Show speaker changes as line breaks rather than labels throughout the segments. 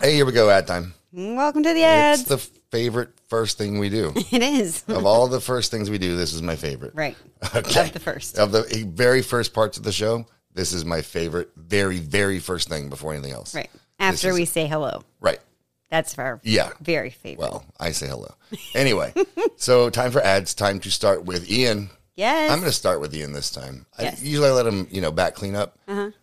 Hey, here we go. Ad time.
Welcome to the ads.
It's the favorite first thing we do.
it is.
of all the first things we do, this is my favorite.
Right.
Okay.
Of the first.
Of the very first parts of the show, this is my favorite, very, very first thing before anything else.
Right.
This
After
is-
we say hello.
Right.
That's our
Yeah.
very favorite.
Well, I say hello. Anyway, so time for ads. Time to start with Ian.
yes.
I'm going to start with Ian this time.
Yes. Uh-huh.
I usually I let him, you know, back clean up,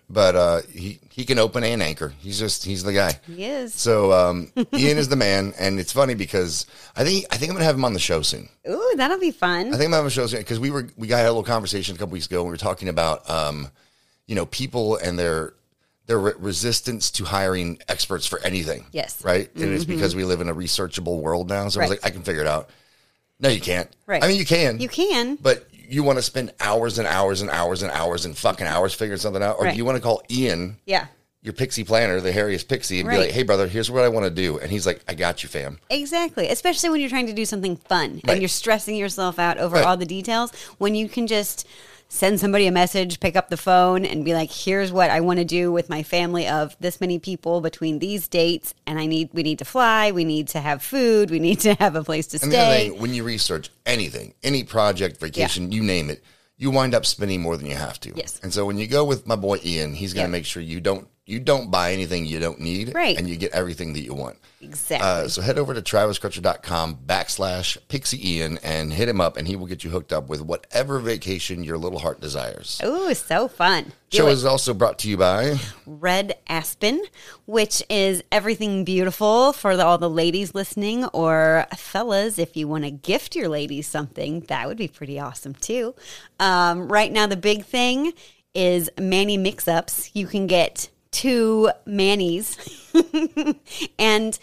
but uh, he he can open and anchor. He's just he's the guy.
he is.
So um, Ian is the man, and it's funny because I think I think I'm going to have him on the show soon.
Ooh, that'll be fun.
I think I'm having a show because we were we got had a little conversation a couple weeks ago. And we were talking about um, you know, people and their their re- resistance to hiring experts for anything.
Yes. Mm-hmm.
right. And it's because we live in a researchable world now. So I was
Right.
like, I can figure it out. No, you can't.
Right.
I mean, you can.
you can.
But you want to spend hours and hours and hours and hours and fucking hours figuring something out, or
Right.
do you want to call Ian,
yeah.
your pixie planner, the hairiest pixie, and
Right.
be like, "Hey, brother, here's what I want to do," and he's like, "I got you, fam."
Exactly. Especially when you're trying to do something fun
Right.
and you're stressing yourself out over
Right.
all the details when you can just send somebody a message, pick up the phone and be like, "Here's what I want to do with my family of this many people between these dates and I need we need to fly, we need to have food, we need to have a place to
And the other
stay."
thing, uh, when you research anything, any project, vacation, you name it, you wind up spending more than you have to.
Yes.
And so when you go with my boy Ian, he's going to
Yeah.
make sure you don't you don't buy anything you don't need,
Right.
And you get everything that you want.
Exactly.
Uh, so head over to traviscrutcher.com backslash pixie Ian and hit him up, and he will get you hooked up with whatever vacation your little heart desires.
Ooh, so fun. Do
Show
it.
is also brought to you by
Red Aspen, which is everything beautiful for the, all the ladies listening or fellas. If you want to gift your ladies something, that would be pretty awesome too. Um, right now, the big thing is Manny mix ups. You can get two Manny's and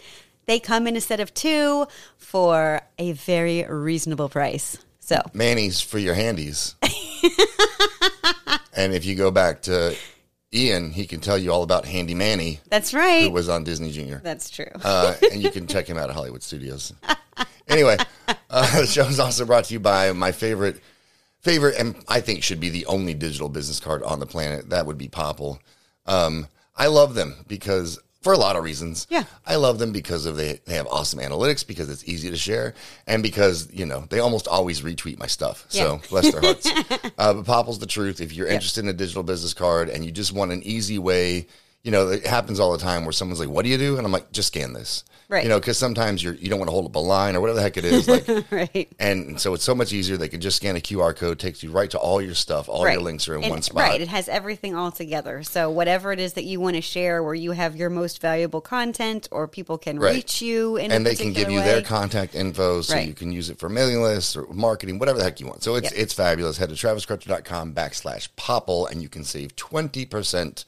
they come in a set of two for a very reasonable price. So,
Manny's for your handies. and if you go back to Ian, he can tell you all about Handy Manny,
that's
who
right.
was on Disney Junior.
That's true.
uh, and you can check him out at Hollywood Studios. Anyway, uh, the show is also brought to you by my favorite, favorite, and I think should be the only digital business card on the planet. That would be Popple. Um, I love them because for a lot of reasons.
Yeah.
I love them because of they they have awesome analytics because it's easy to share and because you know they almost always retweet my stuff. So
Yeah.
bless their hearts. uh, but Popple's the truth. If you're interested in a digital business card and you just want an easy way, you know it happens all the time where someone's like, "What do you do?" and I'm like, "Just scan this."
Right.
You know, because sometimes you're you don't want to hold up a line or whatever the heck it is. Like,
right.
and so it's so much easier. They can just scan a QR code, takes you right to all your stuff. All your links are in
And-
one spot.
Right. It has everything all together. So whatever it is that you want to share where you have your most valuable content or people can
Right.
reach you in
and
a
they can give
particular
you their
way.
contact info so
Right.
you can use it for mailing lists or marketing, whatever the heck you want. So it's
Yep.
it's fabulous. Head to traviscrutcher.com backslash popple and you can save 20%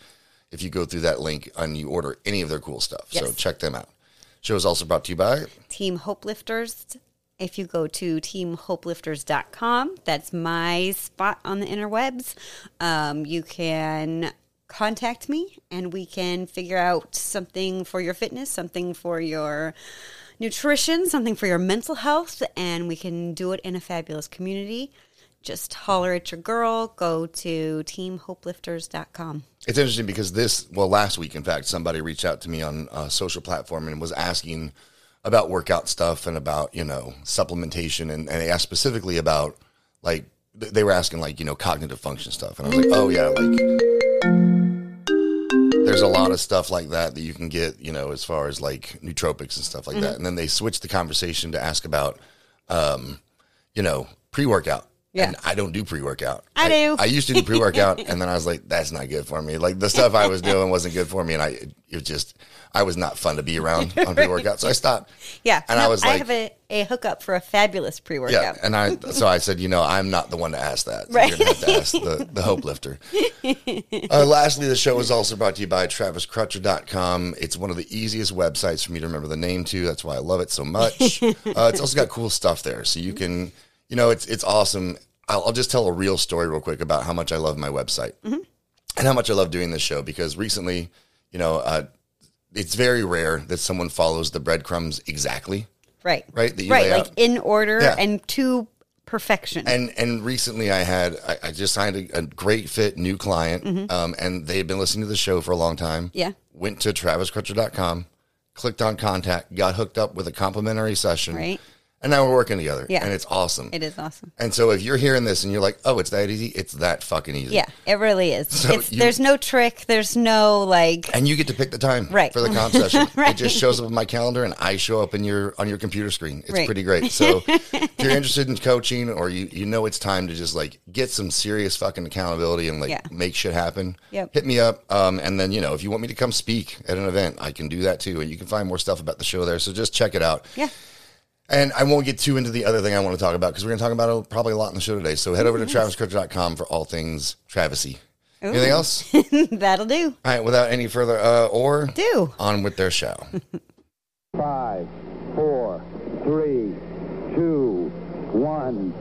if you go through that link and you order any of their cool stuff. So
Yes.
check them out. Show is also brought to you by
Team Hopelifters. If you go to teamhopelifters.com, that's my spot on the interwebs. Um, you can contact me and we can figure out something for your fitness, something for your nutrition, something for your mental health, and we can do it in a fabulous community. Just holler at your girl. Go to teamhopelifters.com.
It's interesting because this, well, last week, in fact, somebody reached out to me on a social platform and was asking about workout stuff and about, you know, supplementation. And, and they asked specifically about, like, th- they were asking, like, you know, cognitive function stuff. And I was like, oh, yeah, like, there's a lot of stuff like that that you can get, you know, as far as like nootropics and stuff like
Mm-hmm.
that. And then they switched the conversation to ask about, um, you know, pre workout.
Yeah.
And I don't do pre workout.
I do.
I used to do pre workout, and then I was like, that's not good for me. Like the stuff I was doing wasn't good for me, and I it was just I was not fun to be around on pre workout, so I stopped.
Yeah.
and I
no,
was like,
have a, a hookup for a fabulous pre workout.
yeah, and I so I said, you know, I'm not the one to ask that. So You're
Right.
gonna have to ask the, the hope lifter. uh, lastly, the show is also brought to you by TravisCrutcher.com. It's one of the easiest websites for me to remember the name to. That's why I love it so much. uh, it's also got cool stuff there, so you can, you know, it's it's awesome. I'll, I'll just tell a real story real quick about how much I love my website and how much I love doing this show because recently, you know, uh, it's very rare that someone follows the breadcrumbs exactly.
Right.
Right, that you
right.
lay
Like
out.
in order
Yeah.
and to perfection.
and and recently I had I, I just signed a, a great fit new client, um, and they had been listening to the show for a long time.
Mm-hmm. Yeah.
went to traviscrutcher.com, clicked on contact, got hooked up with a complimentary session,
Right.
and now we're working together.
Yeah.
and it's awesome.
It is awesome.
and so if you're hearing this and you're like, "Oh, it's that easy," it's that fucking easy.
Yeah, it really is. it's,
you-
there's no trick. There's no like.
And you get to pick the time
Right.
for the comp session. It
Right.
just shows up in my calendar and I show up in your on your computer screen. It's
Right.
pretty great. So if you're interested in coaching or you, you know it's time to just like get some serious fucking accountability and like
Yeah.
make shit happen,
Yep.
hit me up. Um, and then, you know, if you want me to come speak at an event, I can do that too. And you can find more stuff about the show there. So just check it out.
Yeah.
And I won't get too into the other thing I want to talk about because we're going to talk about it probably a lot in the show today. So head over to traviscrypto.com for all things Travisy. Anything else?
That'll do.
All right, without any further uh, or
Do.
on with their show.
Five, four, three, two, one,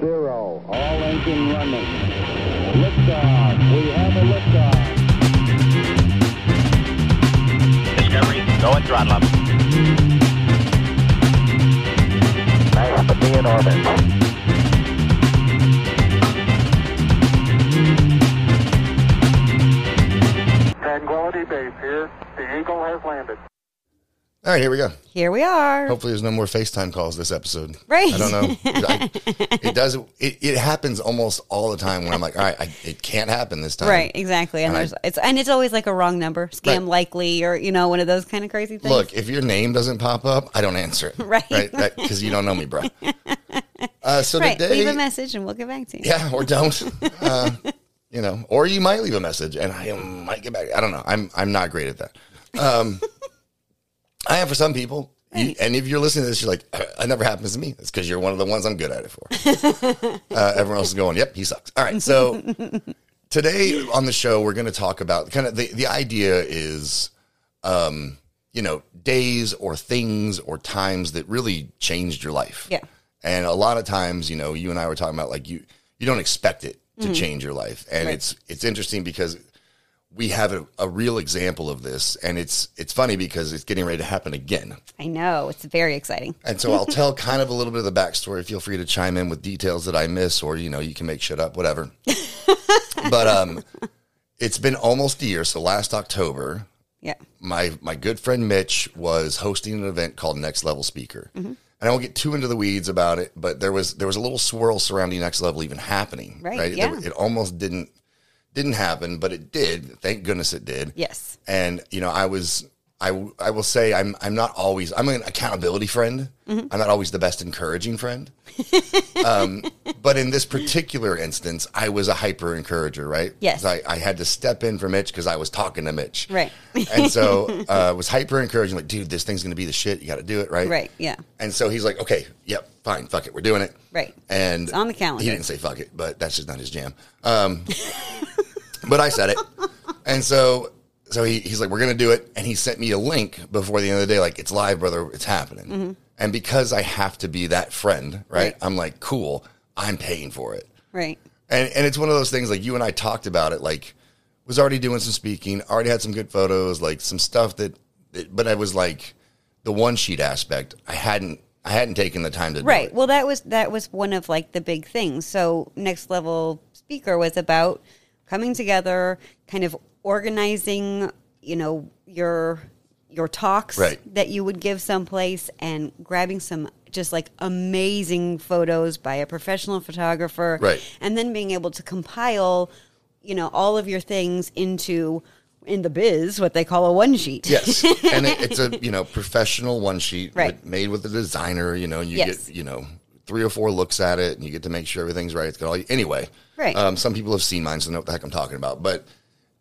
zero. All engine running. Liftoff. We have a liftoff.
Discovery, go and throttle up. Nice to be in orbit.
Tranquility Base here. The Eagle has landed.
All right, here we go.
Here we are.
Hopefully, there's no more FaceTime calls this episode.
Right.
I don't know. I- it does. It, it happens almost all the time when I'm like, all right, I, it can't happen this time.
Right, exactly. And
And I-
there's it's and it's always like a wrong number, scam
Right.
likely, or you know, one of those kind of crazy things.
Look, if your name doesn't pop up, I don't answer it.
Right.
Because you don't know me, bro. Uh, so
right.
today,
Leave a message and we'll get back to you.
yeah, or don't. Uh, you know, or you might leave a message, and I might get back. I don't know. I'm I'm not great at that. Um, I am for some people. You, and if you're listening to this, you're like, "Uh, "It never happens to me." It's because you're one of the ones I'm good at it for. uh, everyone else is going, "Yep, he sucks." All right, so today on the show, we're going to talk about kind of the the idea is, um, you know, days or things or times that really changed your life.
Yeah.
And a lot of times, you know, you and I were talking about like you you don't expect it to change your life, and
Mm-hmm. Right.
it's it's interesting because we have a, a real example of this, and it's it's funny because it's getting ready to happen again.
I know. It's very exciting.
And so I'll tell kind of a little bit of the backstory. Feel free to chime in with details that I miss, or you know, you can make shit up, whatever. but um, it's been almost a year. So last October,
Yeah.
my my good friend Mitch was hosting an event called Next Level Speaker,
Mm-hmm.
and I won't get too into the weeds about it. But there was there was a little swirl surrounding Next Level even happening.
Right,
There-
yeah.
it almost didn't didn't happen, but it did. Thank goodness it did
Yes.
and you know i was i w- I will say i'm i'm not always i'm an accountability friend
Mm-hmm.
i'm not always the best encouraging friend um, but in this particular instance i was a hyper encourager right
Yes.
So I, I had to step in for mitch because i was talking to mitch
Right.
and so uh, i was hyper encouraging like dude this thing's gonna be the shit you gotta do it right
Right. Yeah.
and so he's like okay yep fine fuck it we're doing it
Right.
and
It's on the calendar.
he didn't say fuck it but that's just not his jam um, but i said it and so so he, he's like we're gonna do it and he sent me a link before the end of the day like it's live brother it's happening and because i have to be that friend right
Mm-hmm. Right.
i'm like cool i'm paying for it
Right.
and and it's one of those things like you and I talked about it. Like was already doing some speaking, already had some good photos, like some stuff that. that- But I was like the one sheet aspect. I hadn't I hadn't taken the time to
Right.
Do it.
Well, that was that was one of like the big things. So next level speaker was about coming together, kind of organizing, you know, your your talks
Right.
that you would give someplace and grabbing some just like amazing photos by a professional photographer
Right.
and then being able to compile, you know, all of your things into in the biz what they call a one sheet.
Yes, and it, it's a you know professional one sheet
Right.
with- made with the designer. You know, and you
Yes.
get you know three or four looks at it, and you get to make sure everything's right. It's got all you, anyway.
Right.
Um, some people have seen mine, so they know what the heck I'm talking about. But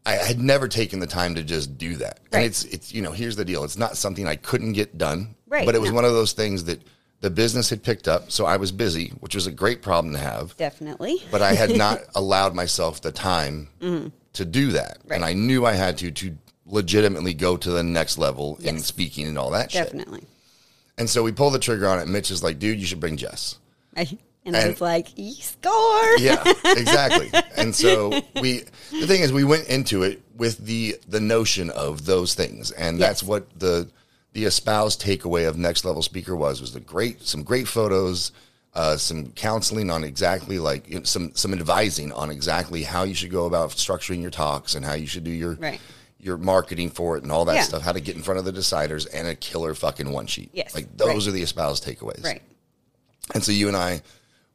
I had never taken the time to just do that. And
Right.
it's it's you know here's the deal. It's not something I couldn't get done.
Right,
But it was
no.
one of those things that the business had picked up, so I was busy, which was a great problem to have
Definitely.
but I had not allowed myself the time to do that. And
Mm-hmm. Right.
I knew I had to to legitimately go to the next level in
Yes.
speaking and all that shit.
Definitely.
And so we pulled the trigger on it. Mitch is like, dude, you should bring Jess.
I, and, I
And-
was like, "E score.
Yeah, exactly. and so we the thing is we went into it with the the notion of those things. And that's
Yes.
what the the espoused takeaway of next level speaker was was the great some great photos uh, some counseling on exactly like you know, some some advising on exactly how you should go about structuring your talks and how you should do your
Right.
your marketing for it and all that
Yeah.
stuff, how to get in front of the deciders, and a killer fucking one sheet.
Yes,
like those
right.
are the espoused takeaways.
Right.
And so you and I,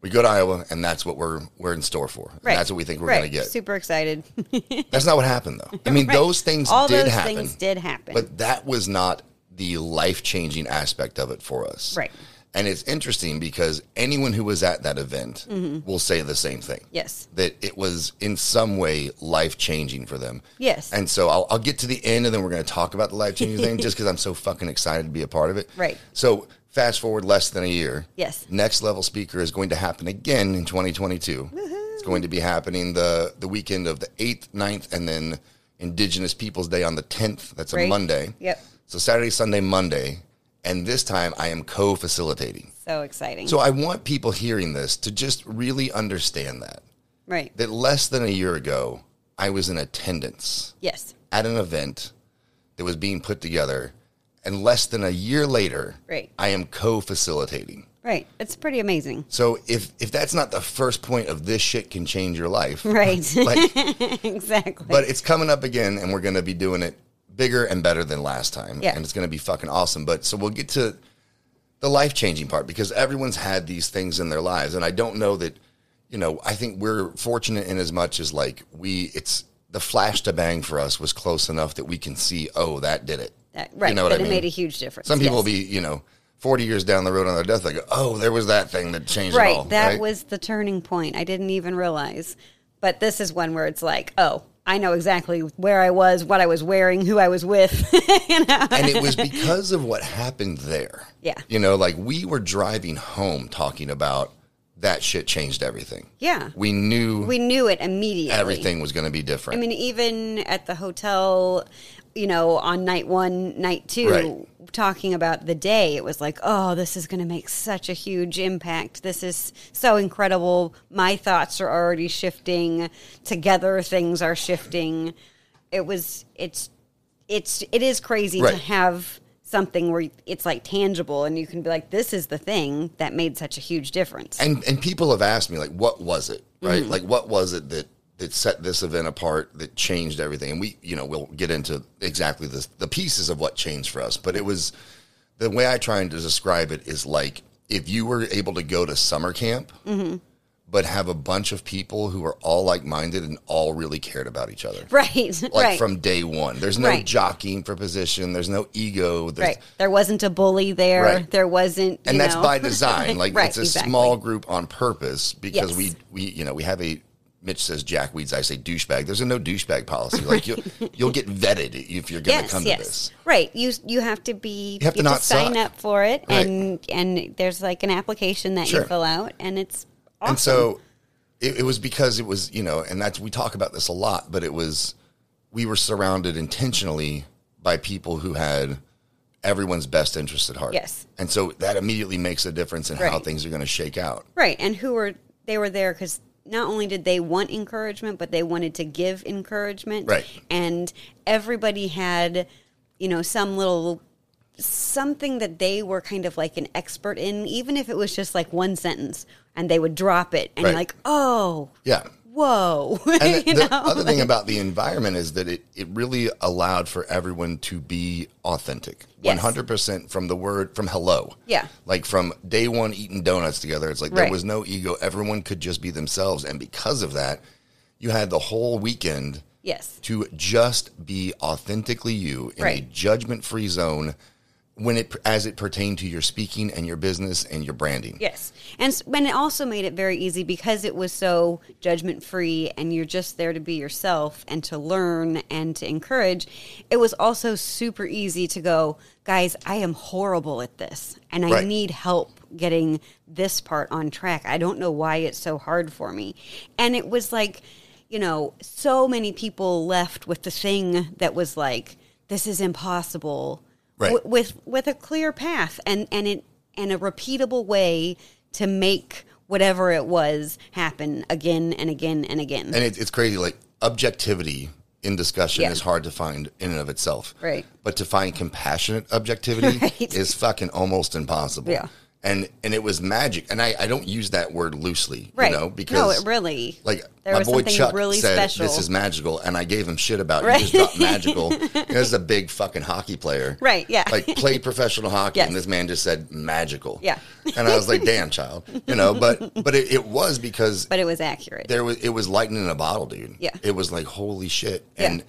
we go to Iowa, and that's what we're we're in store for. And
Right.
That's what we think we're
Right.
going to get.
Super excited.
That's not what happened, though. I mean,
Right.
those things
All
did
those
happen.
things did happen.
But that was not the life changing aspect of it for us.
Right.
And it's interesting because anyone who was at that event
Mm-hmm.
will say the same thing.
Yes.
That it was in some way life changing for them.
Yes.
And so I'll, I'll get to the end and then we're going to talk about the life changing thing just because I'm so fucking excited to be a part of it.
Right.
So fast forward less than a year.
Yes.
Next level speaker is going to happen again in 2022. It's going to be happening the the weekend of the 8th, 9th, and then Indigenous Peoples Day on the 10th. That's a
Right.
Monday.
Yep.
So Saturday, Sunday, Monday. And this time I am co facilitating.
so exciting.
So I want people hearing this to just really understand that.
right.
That less than a year ago, I was in attendance
yes.
at an event that was being put together. And less than a year later,
Right.
I am co facilitating.
Right. It's pretty amazing.
So if if that's not the first point of this shit can change your life,
Right.
like,
exactly.
but it's coming up again, and we're going to be doing it bigger and better than last time,
Yeah.
and it's going to be fucking awesome. But so we'll get to the life changing part because everyone's had these things in their lives, and I don't know that you know. I think we're fortunate in as much as like we it's the flash to bang for us was close enough that we can see oh that did it
That- right.
You know what I
that it
mean?
made a huge difference.
Some people
Yes.
will be you know. 40 years down the road on their death, they go, oh, there was that thing that changed
right.
it all.
that was the turning point. I didn't even realize. But this is one where it's like, oh, I know exactly where I was, what I was wearing, who I was with. you know?
and it was because of what happened there.
Yeah.
You know, like we were driving home talking about that shit changed everything.
Yeah.
We knew
We knew it immediately.
everything was going to be
I
different.
mean, even at the hotel, you know, on night one, night two,
Right.
talking about the day, it was like, oh, this is going to make such a huge impact. This is so incredible. My thoughts are already shifting. Together, things are shifting. It was, it's, it's, it is crazy
Right.
to have something where it's like tangible and you can be like, this is the thing that made such a huge difference.
and and people have asked me like what was it? Right?
Mm-hmm.
Like what was it that that set this event apart that changed everything? And we, you know, we'll get into exactly the the pieces of what changed for us, but it was the way I try and to describe it is like if you were able to go to summer camp,
Mm-hmm.
but have a bunch of people who are all like minded and all really cared about each other.
right.
like
right.
from day one. There's no
Right.
jockeying for position. There's no ego. There's,
Right. There wasn't a bully there.
Right.
There wasn't.
And
you
that's
know.
by design. Like
Right,
it's a
exactly.
small group on purpose because
Yes.
we we you know we have a Mitch says jackweeds. I say douchebag. There's a no douchebag policy. Like you you'll get vetted if you're going to
yes,
come
yes.
to this.
Right. You you have to be.
You have to not
sign
suck.
up for it,
Right.
and and there's like an application that
Sure.
you fill out, and it's awesome.
And so it, it was because it was, you know, and that's, we talk about this a lot, but it was, we were surrounded intentionally by people who had everyone's best interest at heart.
Yes.
And so that immediately makes a difference in how
Right.
things are going to shake out.
right, and who were they were there because not only did they want encouragement, but they wanted to give encouragement.
Right.
And everybody had, you know, some little something that they were kind of like an expert in, even if it was just like one sentence, and they would drop it, and
Right.
you're like, oh,
Yeah.
whoa.
And the,
you
the
know?
other thing about the environment is that it, it really allowed for everyone to be authentic.
Yes.
100% from the word, from hello.
Yeah.
Like from day one eating donuts together, it's like there
Right.
was no ego. Everyone could just be themselves. And because of that, you had the whole weekend
yes.
to just be authentically you in a
Right.
judgment free zone when it as it pertained to your speaking and your business and your branding.
Yes. And s- when it also made it very easy because it was so judgment free and you're just there to be yourself and to learn and to encourage, it was also super easy to go, guys, I am horrible at this and I
Right.
need help getting this part on track. I don't know why it's so hard for me. And it was like, you know, so many people left with the thing that was like, this is impossible
Right.
wi- with with a clear path and and it and a repeatable way to make whatever it was happen again and again and again.
And it, it's crazy. Like objectivity in discussion
Yeah.
is hard to find in and of itself.
Right.
But to find compassionate objectivity
Right.
is fucking almost impossible.
Yeah.
and and it was magic. And I, I don't use that word loosely,
Right.
you know,
no,
because
it really.
like
There
my
was
boy
something
Chuck
really
said,
special.
"This is magical," and I gave him shit about
Right.
you just dropped magical. this is a big fucking hockey player,
Right, yeah.
Like played professional hockey,
Yes.
and this man just said magical,
Yeah.
And I was like, "Damn, child," you know. But but it, it was because
but it was accurate.
there was it was lightning in a bottle, dude.
Yeah.
it was like holy shit,
Yeah.
and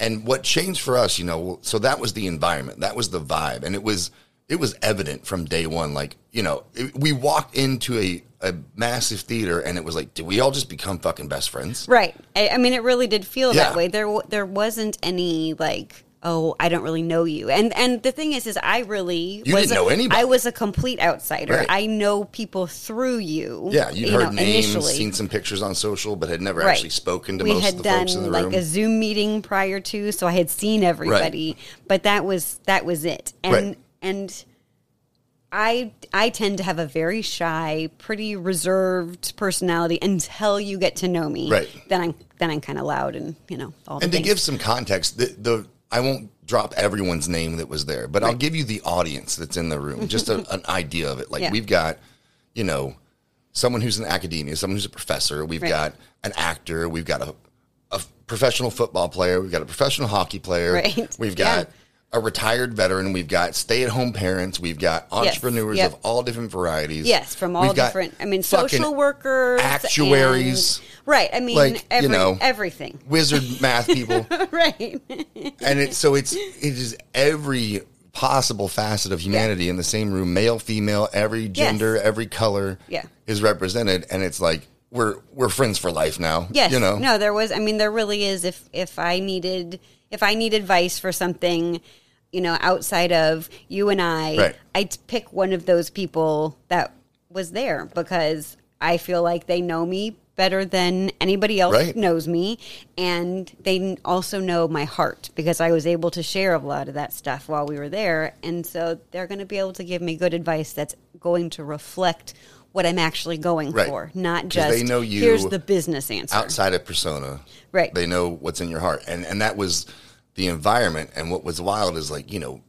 and what changed for us, you know, so that was the environment, that was the vibe, and it was it was evident from day one. Like you know, it, we walked into a a massive theater, and it was like, did we all just become fucking best friends?
Right. I, I mean, it really did feel
Yeah.
that way. There, w- there wasn't any like, oh, I don't really know you. And and the thing is, is I really
You
was
didn't
a-
know anybody.
I was a complete outsider.
Right.
I know people through you.
Yeah, you'd heard names,
initially.
seen some pictures on social, but had never
Right.
actually spoken to
we
most
had
of the
done
folks in the
like
room.
a Zoom meeting prior to, so I had seen everybody. But that was that was it. And
Right.
and I I tend to have a very shy, pretty reserved personality until you get to know me.
Right.
Then I'm then I'm kind of loud and you know all.
and
the
to
things.
give some context, the, the I won't drop everyone's name that was there, but I'll give you the audience that's in the room, just a, an idea of it. Like
Yeah.
we've got, you know, someone who's in academia, someone who's a professor, we've
Right.
got an actor, we've got a, a professional football player, we've got a professional hockey player,
Right.
we've
Yeah.
got a retired veteran, we've got stay-at-home parents, we've got entrepreneurs
Yep.
of all different varieties.
yes from all
We've got
different. I mean,
fucking
social workers,
actuaries.
and- right. I mean,
like, you
every,
know.
everything.
Wizard math people,
right.
and it's so it's it is every possible facet of humanity in the same room male female every gender every color
Yeah.
is represented and it's like we're we're friends for life now
Yes.
you know
No, there was. I mean, there really is. If if I needed if I need advice for something, you know, outside of you and I,
Right.
I'd pick one of those people that was there because I feel like they know me better than anybody else
Right.
knows me, and they also know my heart because I was able to share a lot of that stuff while we were there, and so they're going to be able to give me good advice that's going to reflect. What I'm actually going
Right.
for, not
'Cause
just
they know you
here's the business answer.
outside of persona
Right.
they know what's in your heart and and that was the environment and what was wild is like you know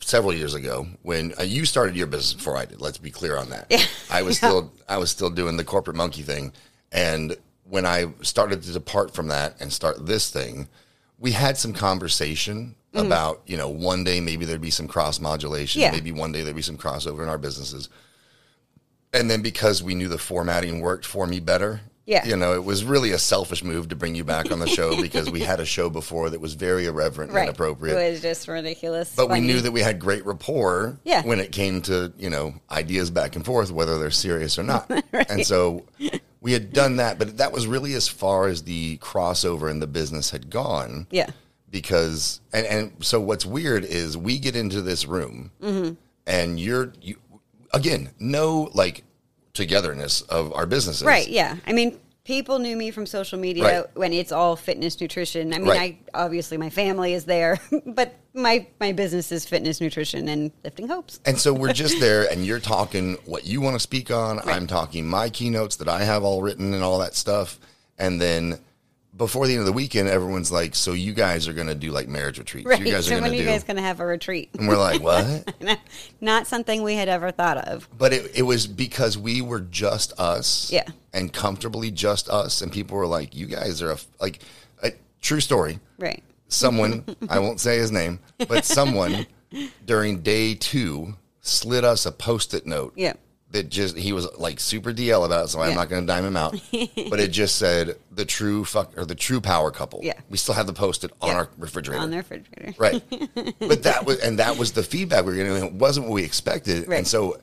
several years ago when uh, you started your business before I did let's be clear on that I was still I was still doing the corporate monkey thing and when I started to depart from that and start this thing we had some conversation about you know one day maybe there'd be some cross modulation
Mm-hmm. Yeah.
maybe one day there'd be some crossover in our businesses and then because we knew the formatting worked for me better
Yeah.
you know it was really a selfish move to bring you back on the show because we had a show before that was very irreverent
right.
and inappropriate
It was just ridiculous.
but
funny.
we knew that we had great rapport
Yeah.
when it came to you know ideas back and forth whether they're serious or not and so we had done that but that was really as far as the crossover in the business had gone
Yeah.
because and, and so what's weird is we get into this room
Mm-hmm.
and you're you again no like togetherness of our businesses
Right. Yeah. I mean, people knew me from social media
Right.
when it's all fitness nutrition. I mean,
Right.
I obviously my family is there, but my my business is fitness nutrition and lifting hopes.
And so we're just there, and you're talking what you want to speak on. I'm talking my keynotes that I have all written and all that stuff. And then before the end of the weekend, everyone's like, "So you guys are going to do like marriage retreats?
Right.
You guys
so
are
when
going
are
to
you
do?"
guys going to have a retreat?
and we're like, "What?"
Not something we had ever thought of.
but it, it was because we were just us,
Yeah.
and comfortably just us. And people were like, "You guys are a f-, like a true story."
Right.
someone I won't say his name, but someone during day two slid us a post-it note.
Yeah.
That just he was like super DL about it, so I'm
Yeah.
not going to dime him out. but it just said the true fuck or the true power couple.
Yeah.
we still have the post-it on
Yeah.
our refrigerator.
On the refrigerator.
right, but that was and that was the feedback we were getting. It wasn't what we expected,
Right.
and so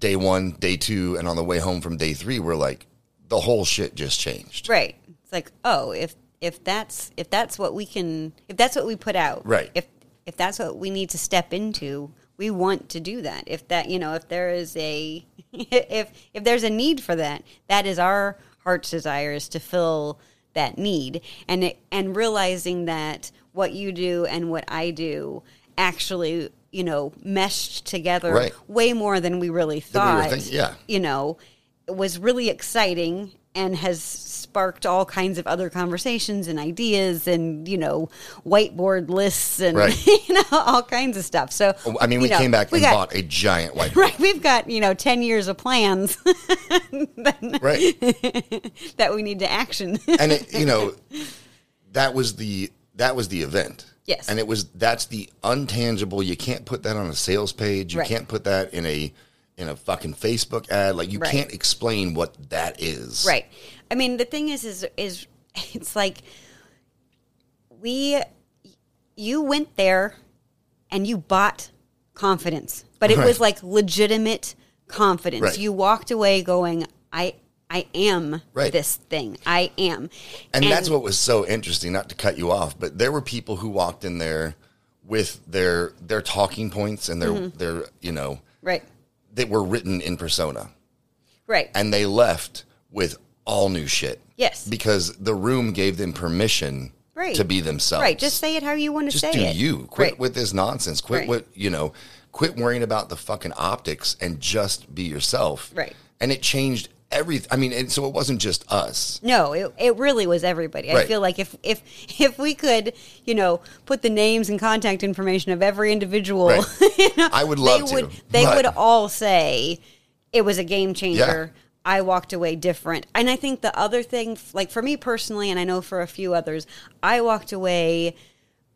day one, day two, and on the way home from day three, we're like the whole shit just changed.
Right. It's like, oh, if if that's if that's what we can if that's what we put out.
Right.
If if that's what we need to step into, we want to do that. If that you know, if there is a if if there's a need for that, that is our heart's desire is to fill that need and it, and realizing that what you do and what I do actually you know meshed together
Right.
way more than we really
Than we were
thought
thinking, yeah.
you know, it was really exciting and has sparked all kinds of other conversations and ideas and, you know, whiteboard lists and,
Right. Oh,
you know, all kinds of stuff. So,
I mean, we
you know,
came back
we
and
got-
bought a giant white.
Right, we've got you know ten years of plans
Right.
that we need to action.
and it, you know that was the that was the event
Yes.
and it was that's the untangible you can't put that on a sales page you
Right.
can't put that in a in a fucking facebook ad like you
Right.
can't explain what that is
Right. I mean, the thing is, is, is it's like we, you went there and you bought confidence, but it was like legitimate confidence.
Right.
You walked away going, I, I am
Right.
this thing. I am.
and, that's what was so interesting not to cut you off but there were people who walked in there with their their talking points and their
Mm-hmm.
their you know
Right.
that were written in persona
Right.
and they left with all new shit
Yes.
because the room gave them permission
Right.
to be themselves
right. Just say it how you want to
just
say
do
it.
you. Quit
Right.
with this nonsense. Quit
Right.
with you know. Quit worrying about the fucking optics and just be yourself.
Right.
And it changed everything. I mean, and so it wasn't just us.
No, it, it really was everybody. I
Right.
feel like if if if we could, you know, put the names and contact information of every individual,
Right.
you know,
I would love
they
to,
Would, they
but-
would all say it was a game changer. I walked away different. And I think the other thing, f- like for me personally, and I know for a few others, I walked away.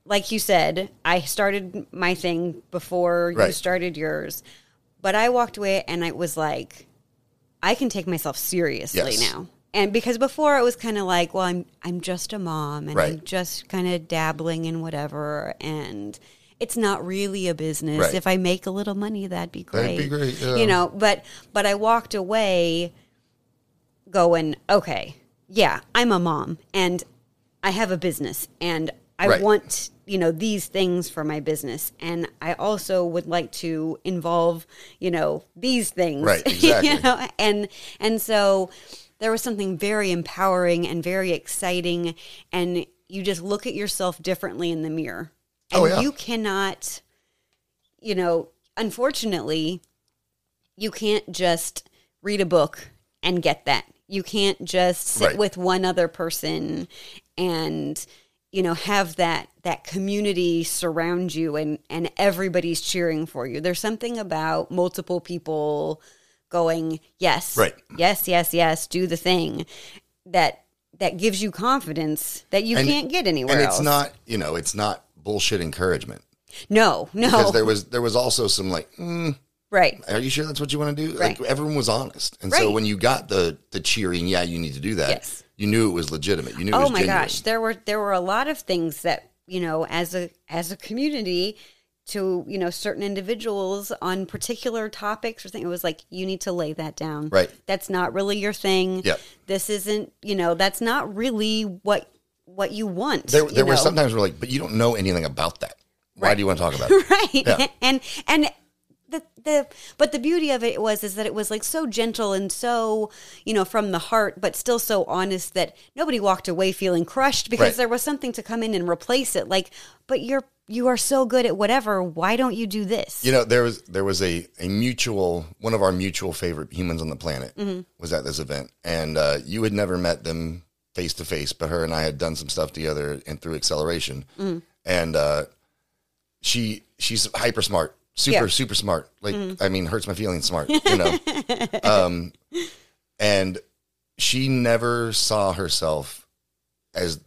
Like you said, I started my thing before you
Right.
started yours, but I walked away and I was like, I can take myself seriously
Yes.
now. And because before it was kind of like, well, I'm I'm just a mom and I'm
Right.
just kind of dabbling in whatever and it's not really a business.
Right.
If I make a little money, that'd be great.
That'd be great, yeah.
You know, but but I walked away going, okay, yeah, I'm a mom and I have a business and I
Right.
want, you know, these things for my business. And I also would like to involve, you know, these things.
Right,
you
exactly.
know, and and so there was something very empowering and very exciting and you just look at yourself differently in the mirror. And
Oh, yeah.
you cannot you know, unfortunately, you can't just read a book and get that. You can't just sit
Right.
with one other person and you know have that that community surround you and and everybody's cheering for you. There's something about multiple people going, "Yes.
Right.
Yes, yes, yes, do the thing." That that gives you confidence that you
And-
can't get anywhere
And
else.
it's not you know it's not bullshit encouragement
No,
because
no.
there was there was also some like mm,
right.
are you sure that's what you want to do
Right.
like everyone was honest and so
Right.
when you got the the cheering yeah you need to do that
Yes.
you knew it was legitimate you knew it
oh
was
my
genuine.
gosh there were there were a lot of things that you know as a as a community to you know certain individuals on particular topics or things it was like you need to lay that down
Right.
that's not really your thing
Yep.
this isn't you know that's not really what what you want
there
you
there were
know?
sometimes we're like but you don't know anything about that why
Right.
do you want to talk about it
right
Yeah.
and and the the but the beauty of it was is that it was like so gentle and so you know from the heart but still so honest that nobody walked away feeling crushed because
Right.
there was something to come in and replace it like but you're you are so good at whatever why don't you do this
You know, there was there was a, a mutual one of our mutual favorite humans on the planet was at this event, and uh, you had never met them face to face, but her and I had done some stuff together and through acceleration, and uh, she she's hyper smart, super
Yeah.
super smart. Like I mean, hurts my feelings smart, you know. um, and she never saw herself as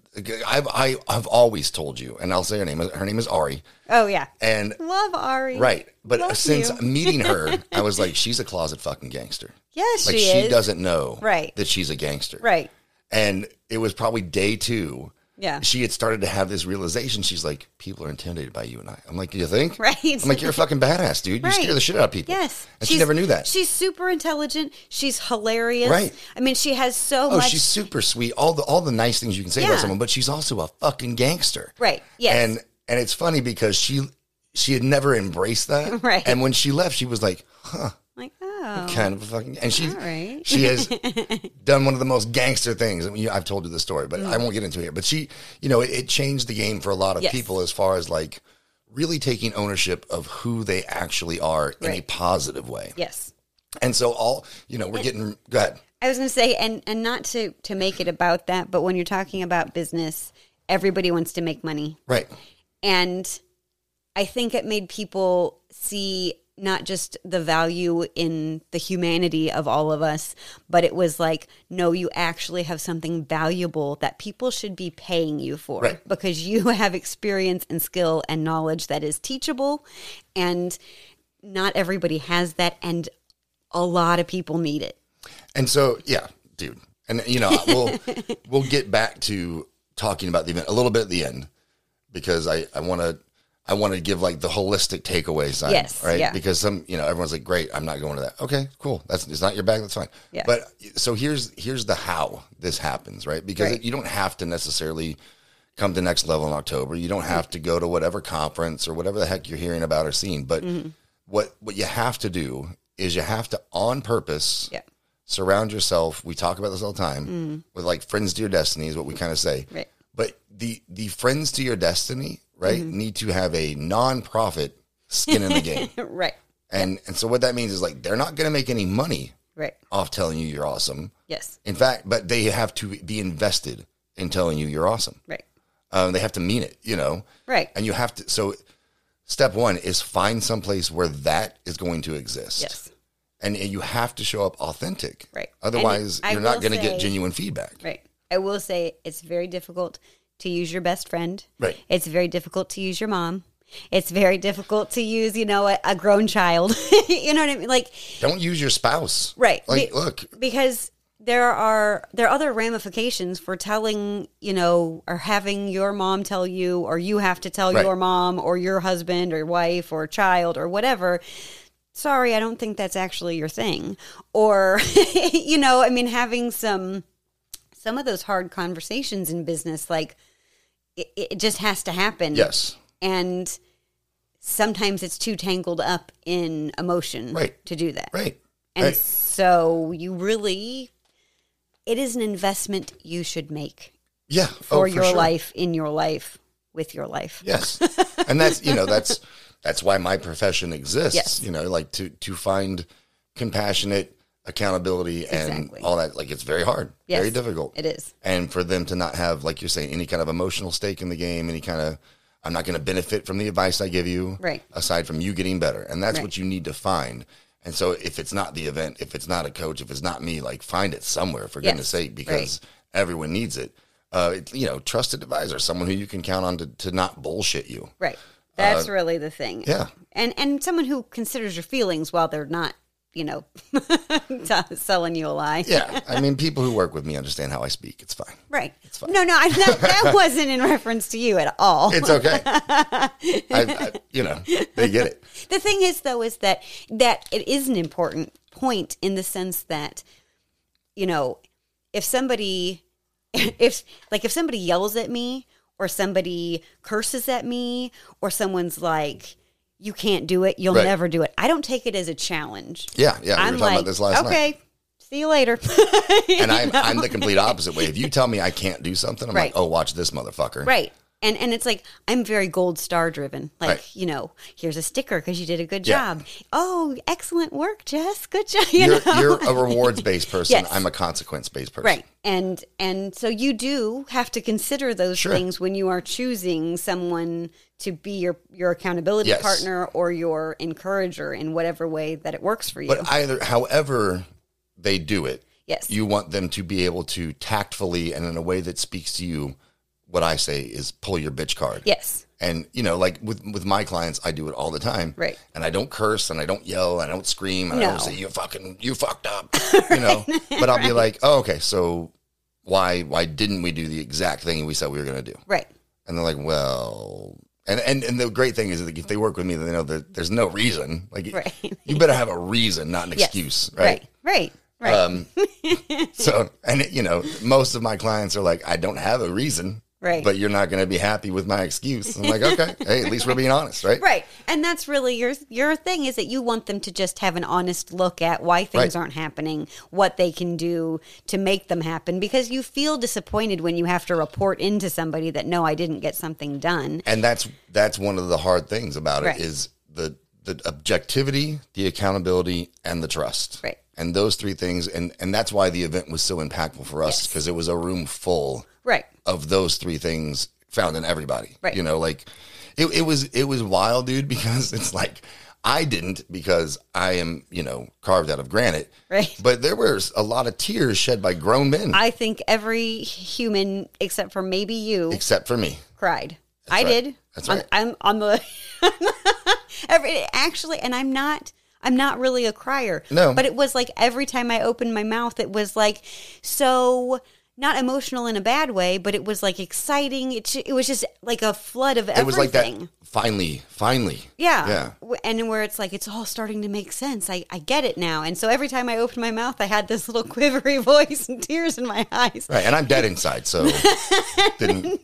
I've I, I've always told you, and I'll say her name. Her name is Ari,
oh yeah
and
love ari
Right. But uh,
Love
since
you.
meeting her, I was like, she's a closet fucking gangster.
yes
Like
she,
she,
is
doesn't know
Right.
that she's a gangster.
right
And it was probably day two.
yeah
She had started to have this realization. She's like, people are intimidated by you and I. I'm like, you think?
Right.
I'm like, you're a fucking badass, dude. You
Right.
scare the shit out of people.
Yes,
And she never knew that.
She's super intelligent. She's hilarious.
Right.
I mean, she has so
oh,
much.
she's super sweet. All the all the nice things you can say
Yeah.
about someone, but she's also a fucking gangster.
Right. Yes.
And and it's funny because she she had never embraced that.
Right.
And when she left, she was like, huh.
like, oh,
kind of a fucking and she
All right.
she has done one of the most gangster things I mean, you- i've told you the story but i won't get into it but she you know it, it changed the game for a lot of
Mm. Yes.
people as far as like really taking ownership of who they actually are in a
Right.
positive way
yes.
And so all you know, we're getting go ahead.
I was going to say, and and not to to make it about that, but when you're talking about business, everybody wants to make money,
Right.
and I think it made people see not just the value in the humanity of all of us, but it was like, no, you actually have something valuable that people should be paying you for
Right.
because you have experience and skill and knowledge that is teachable, and not everybody has that, and a lot of people need it.
And so, yeah, dude. And you know, we'll we'll get back to talking about the event a little bit at the end because I I want to I want to give like the holistic takeaway side,
Yes,
right?
yeah.
Because some, you know, everyone's like, "Great, I'm not going to that." Okay, cool. That's it's not your bag. That's fine.
Yeah.
But so here's here's the how this happens, right? Because
Right.
you don't have to necessarily come to next level in October. You don't have to go to whatever conference or whatever the heck you're hearing about or seeing. But
Mm-hmm.
what what you have to do is you have to on purpose
Yeah.
surround yourself we talk about this all the time with like friends to your destiny is what we kind of say
Mm. Right.
but the the friends to your destiny right
Mm-hmm.
need to have a non-profit skin in the game
right.
and and so what that means is like they're not going to make any money
Right.
off telling you you're awesome
Yes.
in fact but they have to be invested in telling you you're awesome
Right.
um, they have to mean it you know
Right.
and you have to so step one is find someplace where that is going to exist
Yes.
and, and you have to show up authentic
Right.
otherwise
And I
you're not
will
going to get
say-
genuine feedback
Right. I will say it's very difficult to use your best friend.
Right.
It's very difficult to use your mom. It's very difficult to use, you know, a, a grown child. you know what I mean? Like,
don't use your spouse
right.
like
Be- Mm-hmm.
look
Because there are there are other ramifications for telling, you know, or having your mom tell you, or you have to tell
Right.
your mom or your husband or wife or child or whatever. Sorry, I don't think that's actually your thing. Or, you know, I mean, having some some of those hard conversations in business, like it, it just has to happen.
yes
And sometimes it's too tangled up in emotion
Right.
to do that.
right
And
right
so you really, it is an investment you should make
yeah
for,
Oh,
your
sure.
life, in your life, with your life.
yes and that's you know that's that's why my profession exists
Yes.
you know like to to find compassionate accountability and
Exactly.
all that like it's very hard
Yes.
very difficult
It is.
and for them to not have like you're saying any kind of emotional stake in the game any kind of i'm not going to benefit from the advice i give you
Right.
aside from you getting better and that's
Right.
what you need to find and so if it's not the event if it's not a coach if it's not me like find it somewhere for
Yes.
goodness sake because everyone needs it uh, it- you know, trusted advisor, someone who you can count on to, to not bullshit you.
Right. That's really the thing.
Uh, yeah.
And and someone who considers your feelings while they're not, you know, t- selling you a lie.
Yeah. I mean, people who work with me understand how I speak. It's fine.
Right. No, no, I, that, that wasn't in reference to you at all.
It's okay. I, I, you know, they get it.
the thing is though is that that it is an important point in the sense that you know if somebody if like if somebody yells at me or somebody curses at me or someone's like you can't do it you'll
Right.
never do it i don't take it as a challenge
Yeah. Yeah.
i'm
we were talking
like
about this last night.
okay see you later
and I'm, I'm the complete opposite way. If you tell me I can't do something, I'm
Right.
like, oh, watch this motherfucker.
Right. And and it's like I'm very gold star driven. Like,
Right.
you know, here's a sticker cuz you did a good
Yeah.
job. Oh, excellent work, Jess. Good job, you
You're,
know.
you're a rewards based person.
Yes.
I'm a consequence based person.
right. And and so you do have to consider those
Sure.
things when you are choosing someone to be your your accountability
Yes.
partner or your encourager in whatever way that it works for you.
But either, however, they do it,
yes.
you want them to be able to tactfully and in a way that speaks to you. What I say is pull your bitch card.
yes.
And you know, like with with my clients, I do it all the time.
Right.
And I don't curse, and I don't yell, and I don't scream, and I don't
No.
say you fucking you fucked up, you know. But I'll be like, oh, okay, so why why didn't we do the exact thing we said we were going to do?
Right.
And they're like, well, and and, and the great thing is that if they work with me, they know that there's no reason. Like,
Right.
you better have a reason, not an
Yes.
excuse, right?
Right. Right. Right.
Um, so, and you know, most of my clients are like, I don't have a reason,
Right.
But you're not going to be happy with my excuse. I'm like, okay, hey, at least we're being honest, right?
Right. And that's really your your thing is that you want them to just have an honest look at why things
Right.
aren't happening, what they can do to make them happen because you feel disappointed when you have to report into somebody that no I didn't get something done.
And that's that's one of the hard things about it is
Right.
the the objectivity, the accountability, and the trust.
Right.
And those three things, and and that's why the event was so impactful for us
Yes.
because it was a room full
Right.
of those three things found in everybody.
Right.
You know, like it, it was it was wild, dude, because it's like I didn't because I am, you know, carved out of granite.
Right.
But there was a lot of tears shed by grown men
I think every human except for maybe you
except for me.
cried. I
right.
did.
That's
I'm,
right.
I'm on the every actually, and I'm not. I'm not really a crier.
No.
but it was like every time I opened my mouth, it was like so not emotional in a bad way, but it was like exciting. It ju- it was just like a flood of everything.
It was like that finally, finally.
Yeah.
Yeah.
W- And where it's like, it's all starting to make sense. I, I get it now. And so every time I opened my mouth, I had this little quivery voice and tears in my eyes.
Right. And I'm dead inside, so didn't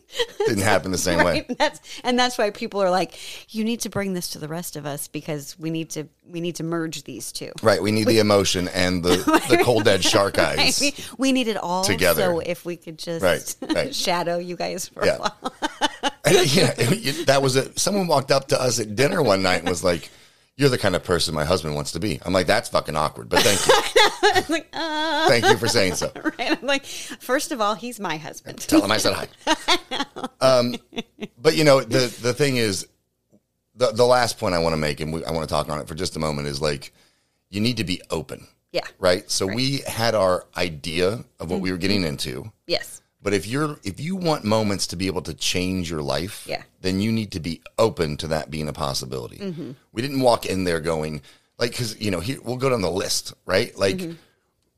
didn't happen the same way.
Right? That's and that's why people are like, you need to bring this to the rest of us because we need to we need to merge these two.
Right. We need the emotion and the, the cold dead shark eyes.
We, we need it all
Together.
So if we could just
Right, right.
shadow you guys for
Yeah.
a while,
yeah, it- that was it. Someone walked up to us at dinner one night and was like, "You're the kind of person my husband wants to be." I'm like, "That's fucking awkward," but thank you,
I'm like, uh,
thank you for saying so.
right? I'm like, first of all, he's my husband.
Tell him I said hi. Um, but you know the the thing is, the the last point I want to make, and we, I want to talk on it for just a moment, is like you need to be open,
Yeah.
right? So we had our idea of what we were
Mm-hmm.
getting into.
Yes.
But if you're if you want moments to be able to change your life,
Yeah.
then you need to be open to that being a possibility.
Mm-hmm.
We didn't walk in there going like because you know here we'll go down the list right. Like
Mm-hmm.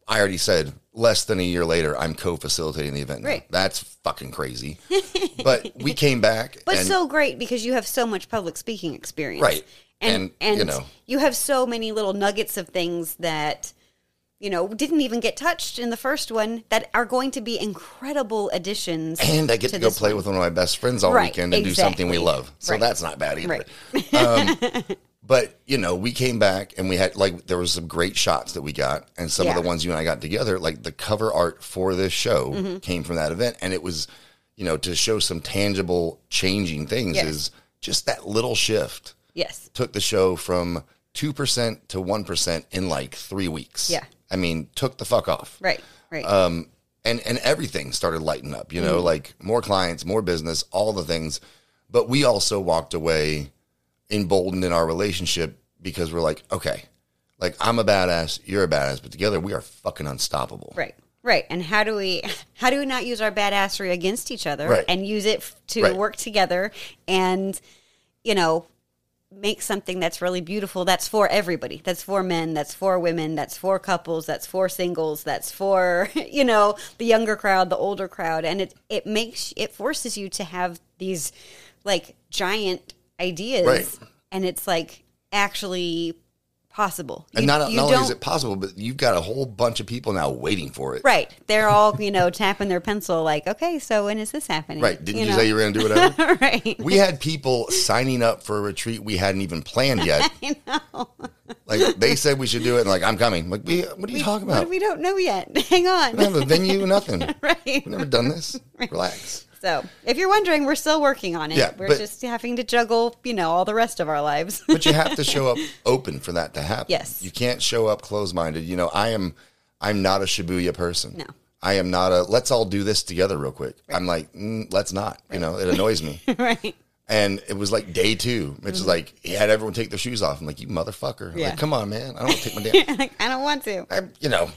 I already said, less than a year later, I'm co-facilitating the event. now.
Right.
That's fucking crazy. but we came back,
But
and
so great because you have so much public speaking experience.
Right.
And and,
And, you
you,
know.
have so many little nuggets of things that you know didn't even get touched in the first one that are going to be incredible additions.
and I get to,
to
go
this
play with one of my best friends all
Right,
weekend and do something we
exactly.
love. So
Right.
that's not bad either. Um,
Right.
but you know we came back and we had like there was some great shots that we got and some of
Yeah.
the ones you and i got together like the cover art for this show
Mm-hmm.
came from that event and it was you know to show some tangible changing things
Yes.
is just that little shift
Yes.
took the show from 2% to 1% in like three weeks
Yeah.
i mean took the fuck off
Right. Right.
um, and and everything started lighting up. You know,
Mm-hmm.
like more clients, more business, all the things. But we also walked away emboldened in our relationship because we're like, okay, like I'm a badass, you're a badass, but together we are fucking unstoppable.
right. Right. And how do we how do we not use our badassery against each other
Right.
and use it f- to
Right.
work together and you know make something that's really beautiful that's for everybody that's for men that's for women that's for couples that's for singles that's for you know the younger crowd the older crowd and it it makes it forces you to have these like giant ideas
Right.
and it's like actually possible
And
You-
not,
you
not only is
don't-
it possible, but you've got a whole bunch of people now waiting for it.
Right. They're all, you know, tapping their pencil like, okay, so when is this happening?
Right. Didn't you,
know?
say you were going to do whatever?
right.
we had people signing up for a retreat we hadn't even planned yet. I know. Like they said we should do it, and like I'm coming. Like we, what are you talking
What
about?
do we don't know yet. Hang on.
We don't have a venue, nothing.
right.
We've never done this. Relax.
So if you're wondering, we're still working on it.
Yeah,
we're
but-
just having to juggle, you know, all the rest of our lives.
But you have to show up open for that to happen.
Yes.
You can't show up closed minded. You know, I am I'm not a Shibuya person.
No.
I am not a let's all do this together real quick. I'm like, mm, let's not. You know, it annoys me.
right. Mm-hmm.
and it was like day two. Mitch was like, he had everyone take their shoes off. I'm like, you motherfucker. I'm
Yeah.
like, come on, man. I don't want to take my damn
like, I don't want to.
I'm, you know,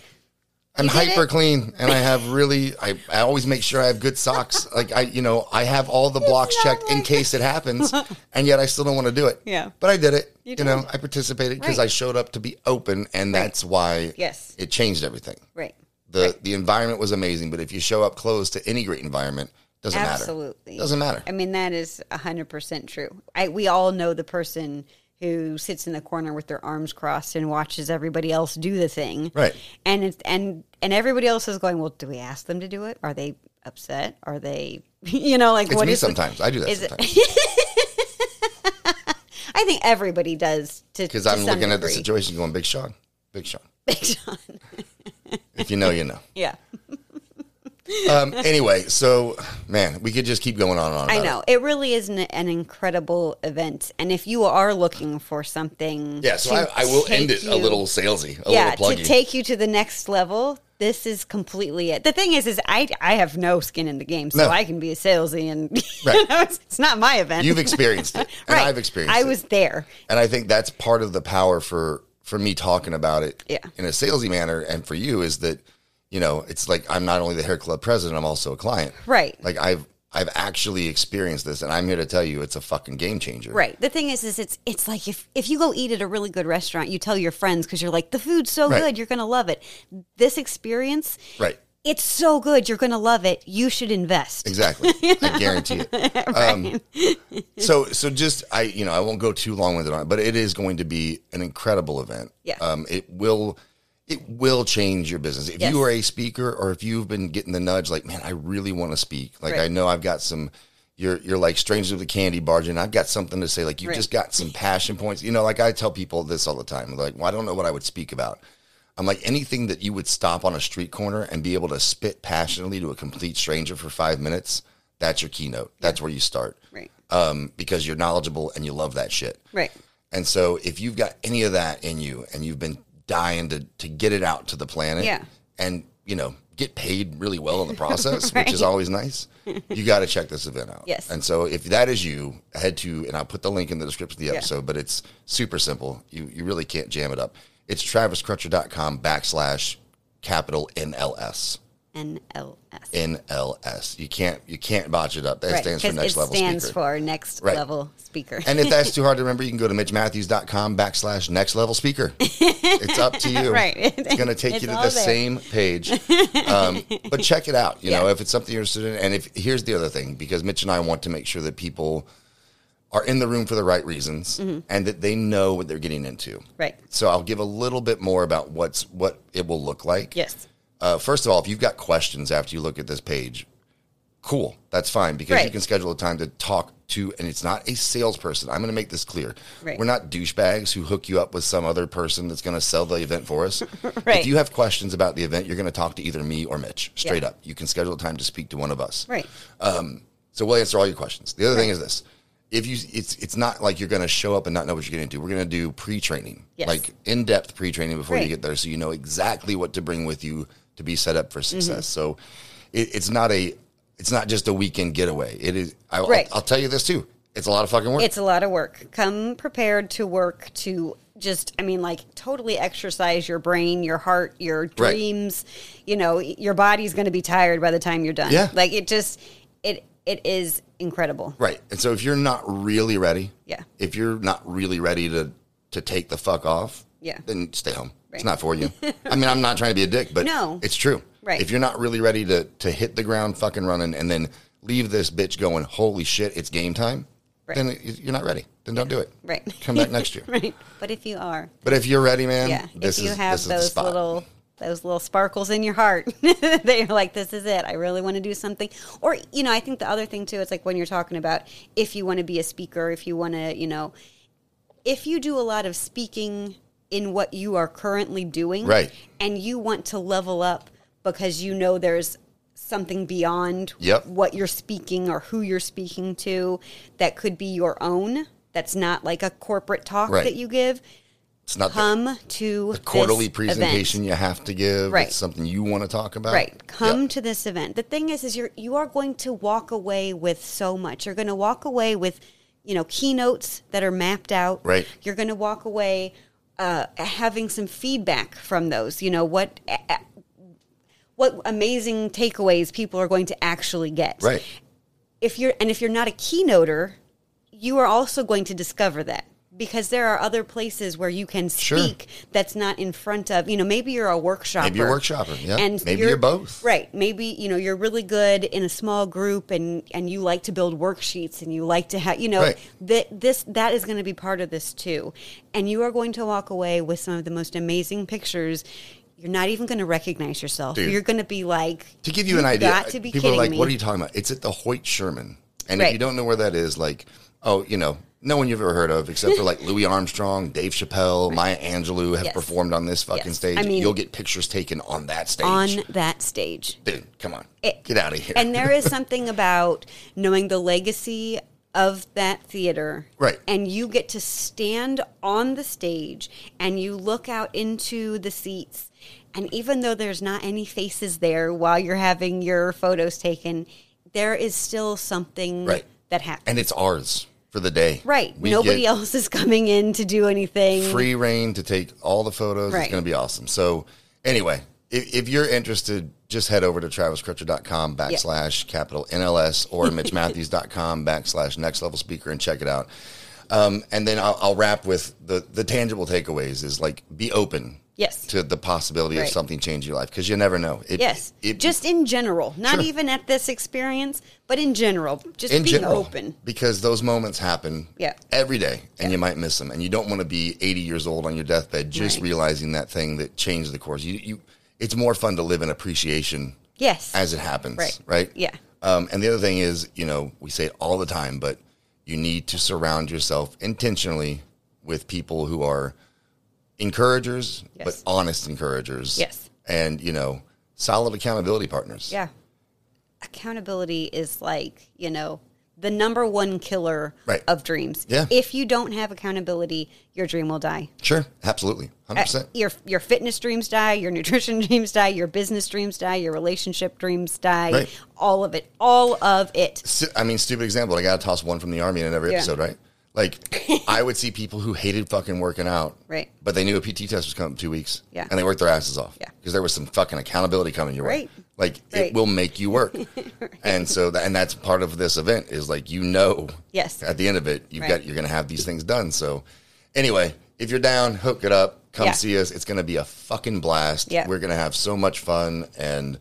I'm
did
hyper
it.
clean and I have really, I, I always make sure I have good socks. Like I, you know, I have all the blocks
not
checked in
like-
case it happens and yet I still don't want to do it.
Yeah.
But I did it.
You
You, know,
did.
I participated because
Right.
I showed up to be open and that's why
Yes.
it changed everything.
Right.
The, the environment was amazing, but if you show up closed to any great environment, doesn't
Absolutely.
matter. Doesn't matter.
I mean, that is 100% true. I, we all know the person who sits in the corner with their arms crossed and watches everybody else do the thing.
Right.
And it's, and and everybody else is going, "Well, do we ask them to do it? Are they upset? Are they you know, like
It's
what
me
is the-
sometimes. I do that
is it-
sometimes
I think everybody does to
because
to
I'm
some
looking at the
degree.
situation going, Big Sean, Big Sean.
Big John.
If you know, you know.
Yeah.
Um, anyway, so man, we could just keep going on and on.
I
about it.
know. It really is an, an incredible event. And if you are looking for something.
Yeah, so
to
I, I will end
take
it a
you-
little salesy, a
yeah,
little pluggy.
to take you to the next level, this is completely it. The thing is, is I, I have no skin in the game, so
No.
I can be a salesy and you
Right.
know, it's, it's not my event.
You've experienced it, and
right.
I've experienced
I
it.
was there.
and I think that's part of the power for for me talking about it
Yeah.
in a salesy manner, and for you is that you know it's like I'm not only the hair club president, I'm also a client.
Right.
Like I've I've actually experienced this, and I'm here to tell you it's a fucking game changer.
Right. The thing is, is it's it's like if if you go eat at a really good restaurant, you tell your friends because you're like the food's so
Right.
good, you're gonna love it. This experience,
Right.
it's so good, you're gonna love it. You should invest.
Exactly. I guarantee it. Um, so, so just I, you know, I won't go too long with it on, it, but it is going to be an incredible event.
Yeah.
Um, it will, it will change your business. If
Yes.
you are a speaker, or if you've been getting the nudge, like, man, I really want to speak. Like,
Right.
I know I've got some. You're you're like strangers with a candy barge, and I've got something to say. Like, you have
Right.
just got some passion points. You know, like I tell people this all the time. Like, well, I don't know what I would speak about. I'm like anything that you would stop on a street corner and be able to spit passionately to a complete stranger for five minutes. That's your keynote. That's where you start,
Right.
Um, because you're knowledgeable and you love that shit.
Right.
And so, if you've got any of that in you and you've been dying to to get it out to the planet,
Yeah.
and you know get paid really well in the process, which is
Right.
always nice, you got to check this event out.
Yes.
And so, if that is you, head to and I'll put the link in the description of the
Yeah.
episode. But it's super simple. You you really can't jam it up. It's traviscrutcher.com backslash capital NLS.
NLS.
NLS. You can't you can't botch it up. That stands for
'cause
next
it
level
stands
speaker.
for next
Right.
level speaker.
And if that's too hard to remember, you can go to mitchmatthews.com backslash next level speaker. It's up to you.
Right.
It's going to take
It's
you to
all
the
there.
same page. Um, but check it out, you know,
Yeah.
if it's something you're interested in. And if here's the other thing, because Mitch and I want to make sure that people are in the room for the right reasons and that they know what they're getting into.
Mm-hmm. Right.
So I'll give a little bit more about what's what it will look like.
yes.
Uh, first of all, if you've got questions after you look at this page, cool, that's fine because you
Right.
can schedule a time to talk to, and it's not a salesperson. I'm going to make this clear.
Right.
We're not douchebags who hook you up with some other person that's going to sell the event for us.
Right.
If you have questions about the event, you're going to talk to either me or Mitch straight
Yeah.
up. You can schedule a time to speak to one of us.
Right.
Um, So we'll answer all your questions. The other thing is this: if you, it's it's not like you're going to show up and not know what you're going to do. We're going to do pre-training,
Yes.
like in-depth pre-training before you
Right.
get there, so you know exactly what to bring with you to be set up for
Mm-hmm.
success. So it, it's not a, it's not just a weekend getaway. It is. I, will
Right.
I'll tell you this too. It's a lot of fucking work.
It's a lot of work. Come prepared to work to just, I mean, like totally exercise your brain, your heart, your
Right.
dreams. You know, your body's going to be tired by the time you're done.
Yeah.
Like it just, it it is incredible.
Right. And so if you're not really ready,
Yeah.
If you're not really ready to to take the fuck off,
Yeah.
then stay home. It's
Right.
not for you. I mean, I'm not trying to be a dick, but
No.
it's true.
Right.
If you're not really ready to to hit the ground fucking running and then leave this bitch going, holy shit, it's game time,
Right.
then it- you're not ready. Then don't do it.
Right.
Come back next year.
Right. But if you are,
But if you're ready, man,
yeah,
this
if you
is
have
this is the
those
spot.
little those little sparkles in your heart that you're like, this is it. I really want to do something. Or you know, I think the other thing too, it's like when you're talking about if you want to be a speaker, if you want to, you know, if you do a lot of speaking in what you are currently doing,
Right.
and you want to level up because you know there's something beyond
Yep.
what you're speaking or who you're speaking to that could be your own. That's not like a corporate talk
Right.
that you give
it's not the,
come to
the quarterly
this
presentation
event.
you have to give.
Right.
It's something you want to talk about.
Right, come
Yep.
to this event. The thing is, is you're you are going to walk away with so much. You're going to walk away with, you know, keynotes that are mapped out.
Right.
You're going to walk away uh, having some feedback from those. You know what a- a- what amazing takeaways people are going to actually get.
Right.
if you're and if you're not a keynoter, you are also going to discover that because there are other places where you can
Sure.
speak that's not in front of you know maybe you're a workshopper
Maybe you're a workshopper, yeah. Maybe you're both.
right maybe you know you're really good in a small group and and you like to build worksheets and you like to have you know
Right.
that this that is going to be part of this too and you are going to walk away with some of the most amazing pictures you're not even going to recognize yourself
Dude.
you're going to be like
to give you an idea, uh,
got to be
people are
kidding
like,
me.
"What are you talking about?" It's at the Hoyt Sherman, and if
Right.
you don't know where that is, like, oh, you know, no one you've ever heard of except for like Louis Armstrong, Dave Chappelle, Maya Angelou have
Yes.
performed on this fucking
Yes.
stage.
I mean-
You'll get pictures taken on that stage.
on that stage.
Dude, come on.
It-
get out of here.
And there is something about knowing the legacy of that theater.
Right.
And you get to stand on the stage and you look out into the seats. And even though there's not any faces there while you're having your photos taken, there is still something
Right.
that happens.
and it's ours for the day.
right.
We
Nobody
get
else is coming in to do anything.
Free reign to take all the photos.
Right.
It's going to be awesome. So, anyway, if, if you're interested, just head over to traviscrutcher.com backslash capital NLS or mitchmatthews.com backslash next level speaker and check it out. Um, and then I'll, I'll wrap with the, the tangible takeaways is like be open
Yes.
to the possibility of
Right.
something changing your life because you never know. It,
Yes.
it-
just in general, not
Sure.
even at this experience, but in general, just
in
be
general,
open.
because those moments happen
Yeah.
every day and you might miss them and you don't want to be 80 years old on your deathbed just
Right.
realizing that thing that changed the course you, you it's more fun to live in appreciation
Yes.
as it happens
Right.
right,
Yeah.
um, and the other thing is you know we say it all the time but you need to surround yourself intentionally with people who are encouragers
Yes.
but honest encouragers
Yes.
and you know solid accountability partners
Yeah. Accountability is like, you know, the number one killer
Right.
of dreams.
Yeah.
If you don't have accountability, your dream will die. Uh,
sure absolutely 100%
Your your fitness dreams die, your nutrition dreams die, your business dreams die, your relationship dreams die.
Right.
All of it. All of it.
Stu- I mean, stupid example. I got to toss one from the army in every
Yeah.
episode, right? Like, I would see people who hated fucking working out,
Right.
But they knew a PT test was coming in two weeks,
Yeah.
and they worked their asses off,
Yeah.
because there was some fucking accountability coming your
Right.
way. Like,
Right.
it will make you work, and so that, and that's part of this event is like you know,
Yes.
at the end of it, you've
Right.
got you're gonna have these things done. So, anyway, if you're down, hook it up, come
Yeah.
see us. It's gonna be a fucking blast.
Yeah.
we're gonna have so much fun and.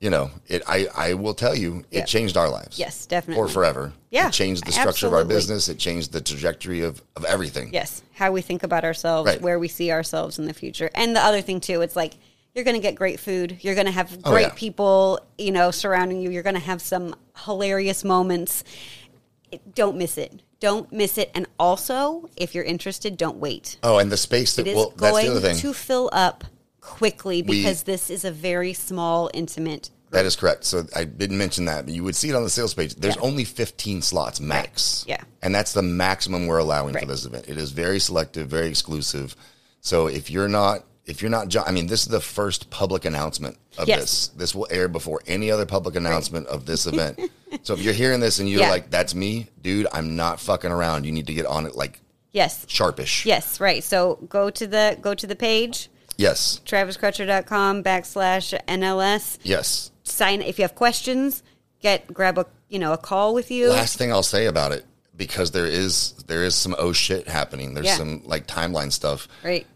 You know, it. I, I will tell you,
Yeah.
it changed our lives.
Yes, definitely.
Or forever.
Yeah,
It changed the structure of our
absolutely.
business. It changed the trajectory of, of everything.
Yes. How we think about ourselves,
Right.
where we see ourselves in the future. And the other thing too, it's like you're going to get great food. You're going to have great
Oh, yeah.
people, you know, surrounding you. You're going to have some hilarious moments. It- don't miss it. Don't miss it. And also, if you're interested, don't wait.
Oh, and the space that
It is
will, that's the other
going
thing.
to fill up quickly because this is a very small, intimate.
that is correct. So I didn't mention that, but you would see it on the sales page. There's
Yeah.
only 15 slots max.
Yeah.
And that's the maximum we're allowing for
Right.
this event. It is very selective, very exclusive. So if you're not, if you're not, jo- I mean, this is the first public announcement of
Yes.
this. This will air before any other public announcement of this event. so if you're hearing this and you're
Yeah.
like, that's me, dude, I'm not fucking around. You need to get on it like
Yes.
sharpish.
Yes, right. So go to the go to the page
Yes.
traviscrutcher.com backslash NLS.
Yes.
sign if you have questions get grab a you know a call with you
Last thing I'll say about it because there is there is some oh shit happening. There's
Yeah.
some like timeline stuff.
right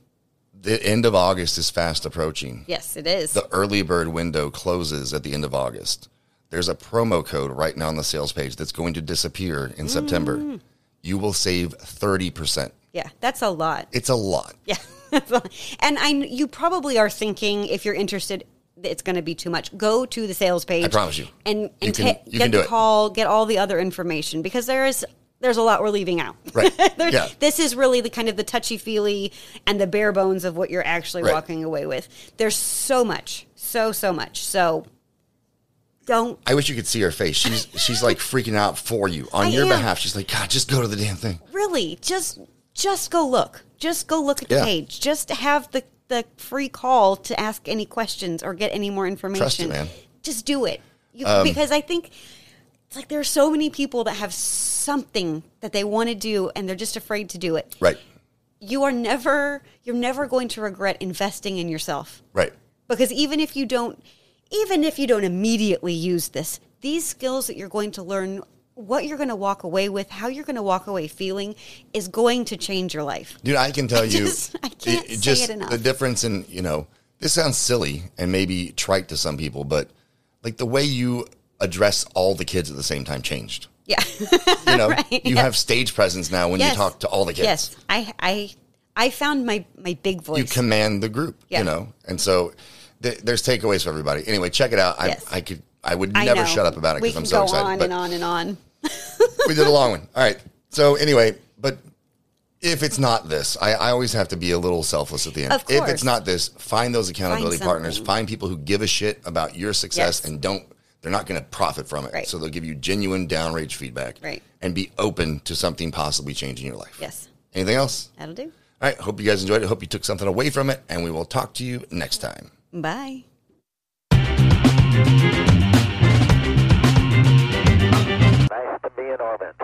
The end of August is fast approaching.
yes it is
The early bird window closes at the end of August. There's a promo code right now on the sales page that's going to disappear in
Mm.
September. You will save 30%.
yeah that's a lot
It's a lot.
yeah that's a lot. and i you probably are thinking if you're interested that it's going to be too much go to the sales page
I promise you.
and and
You can-
ta-
you
get
can do
the
it.
call get all the other information because there is there's a lot we're leaving out
Right.
There's-
yeah.
This is really the kind of the touchy feely and the bare bones of what you're actually
Right.
walking away with. There's so much, so so much. So don't
I wish you could see her face. She's she's like freaking out for you on
I
your
am.
behalf. She's like, God, just go to the damn thing.
really just just go look just go look at the
Yeah.
page just have the the free call to ask any questions or get any more information
man. Um,
just do it you, because i think it's like there are so many people that have something that they want to do and they're just afraid to do it
Right.
you are never you're never going to regret investing in yourself
Right.
because even if you don't even if you don't immediately use this these skills that you're going to learn what you're going to walk away with how you're going to walk away feeling is going to change your life
Dude, I can tell you,
just- I can't say it enough.
The difference in you know, this sounds silly and maybe trite to some people, but like the way you address all the kids at the same time changed.
yeah
You know,
Right,
you
yeah.
have stage presence now when you talk to all the kids.
yes i i i found my my big voice
you command the group.
Yeah.
You know, and so th- there's takeaways for everybody. Anyway, check it out. I,
Yes.
I could, I would
I
never
know.
shut up about it
We
because I'm
can
so
go
excited.
on
but
and on and on
we did a long one. All right. So anyway, But if it's not this, I, I always have to be a little selfless at the end.
Of
if
course.
it's not this, find those accountability
Find
partners.
something.
Find people who give a shit about your success
Yes.
and don't. They're not going to profit from it,
Right.
so they'll give you genuine downrange feedback,
Right.
And be open to something possibly changing your life.
Yes,
Anything else?
that'll do.
All right. Hope you guys enjoyed it. Hope you took something away from it, and we will talk to you next time.
Bye.
Nice to be in orbit.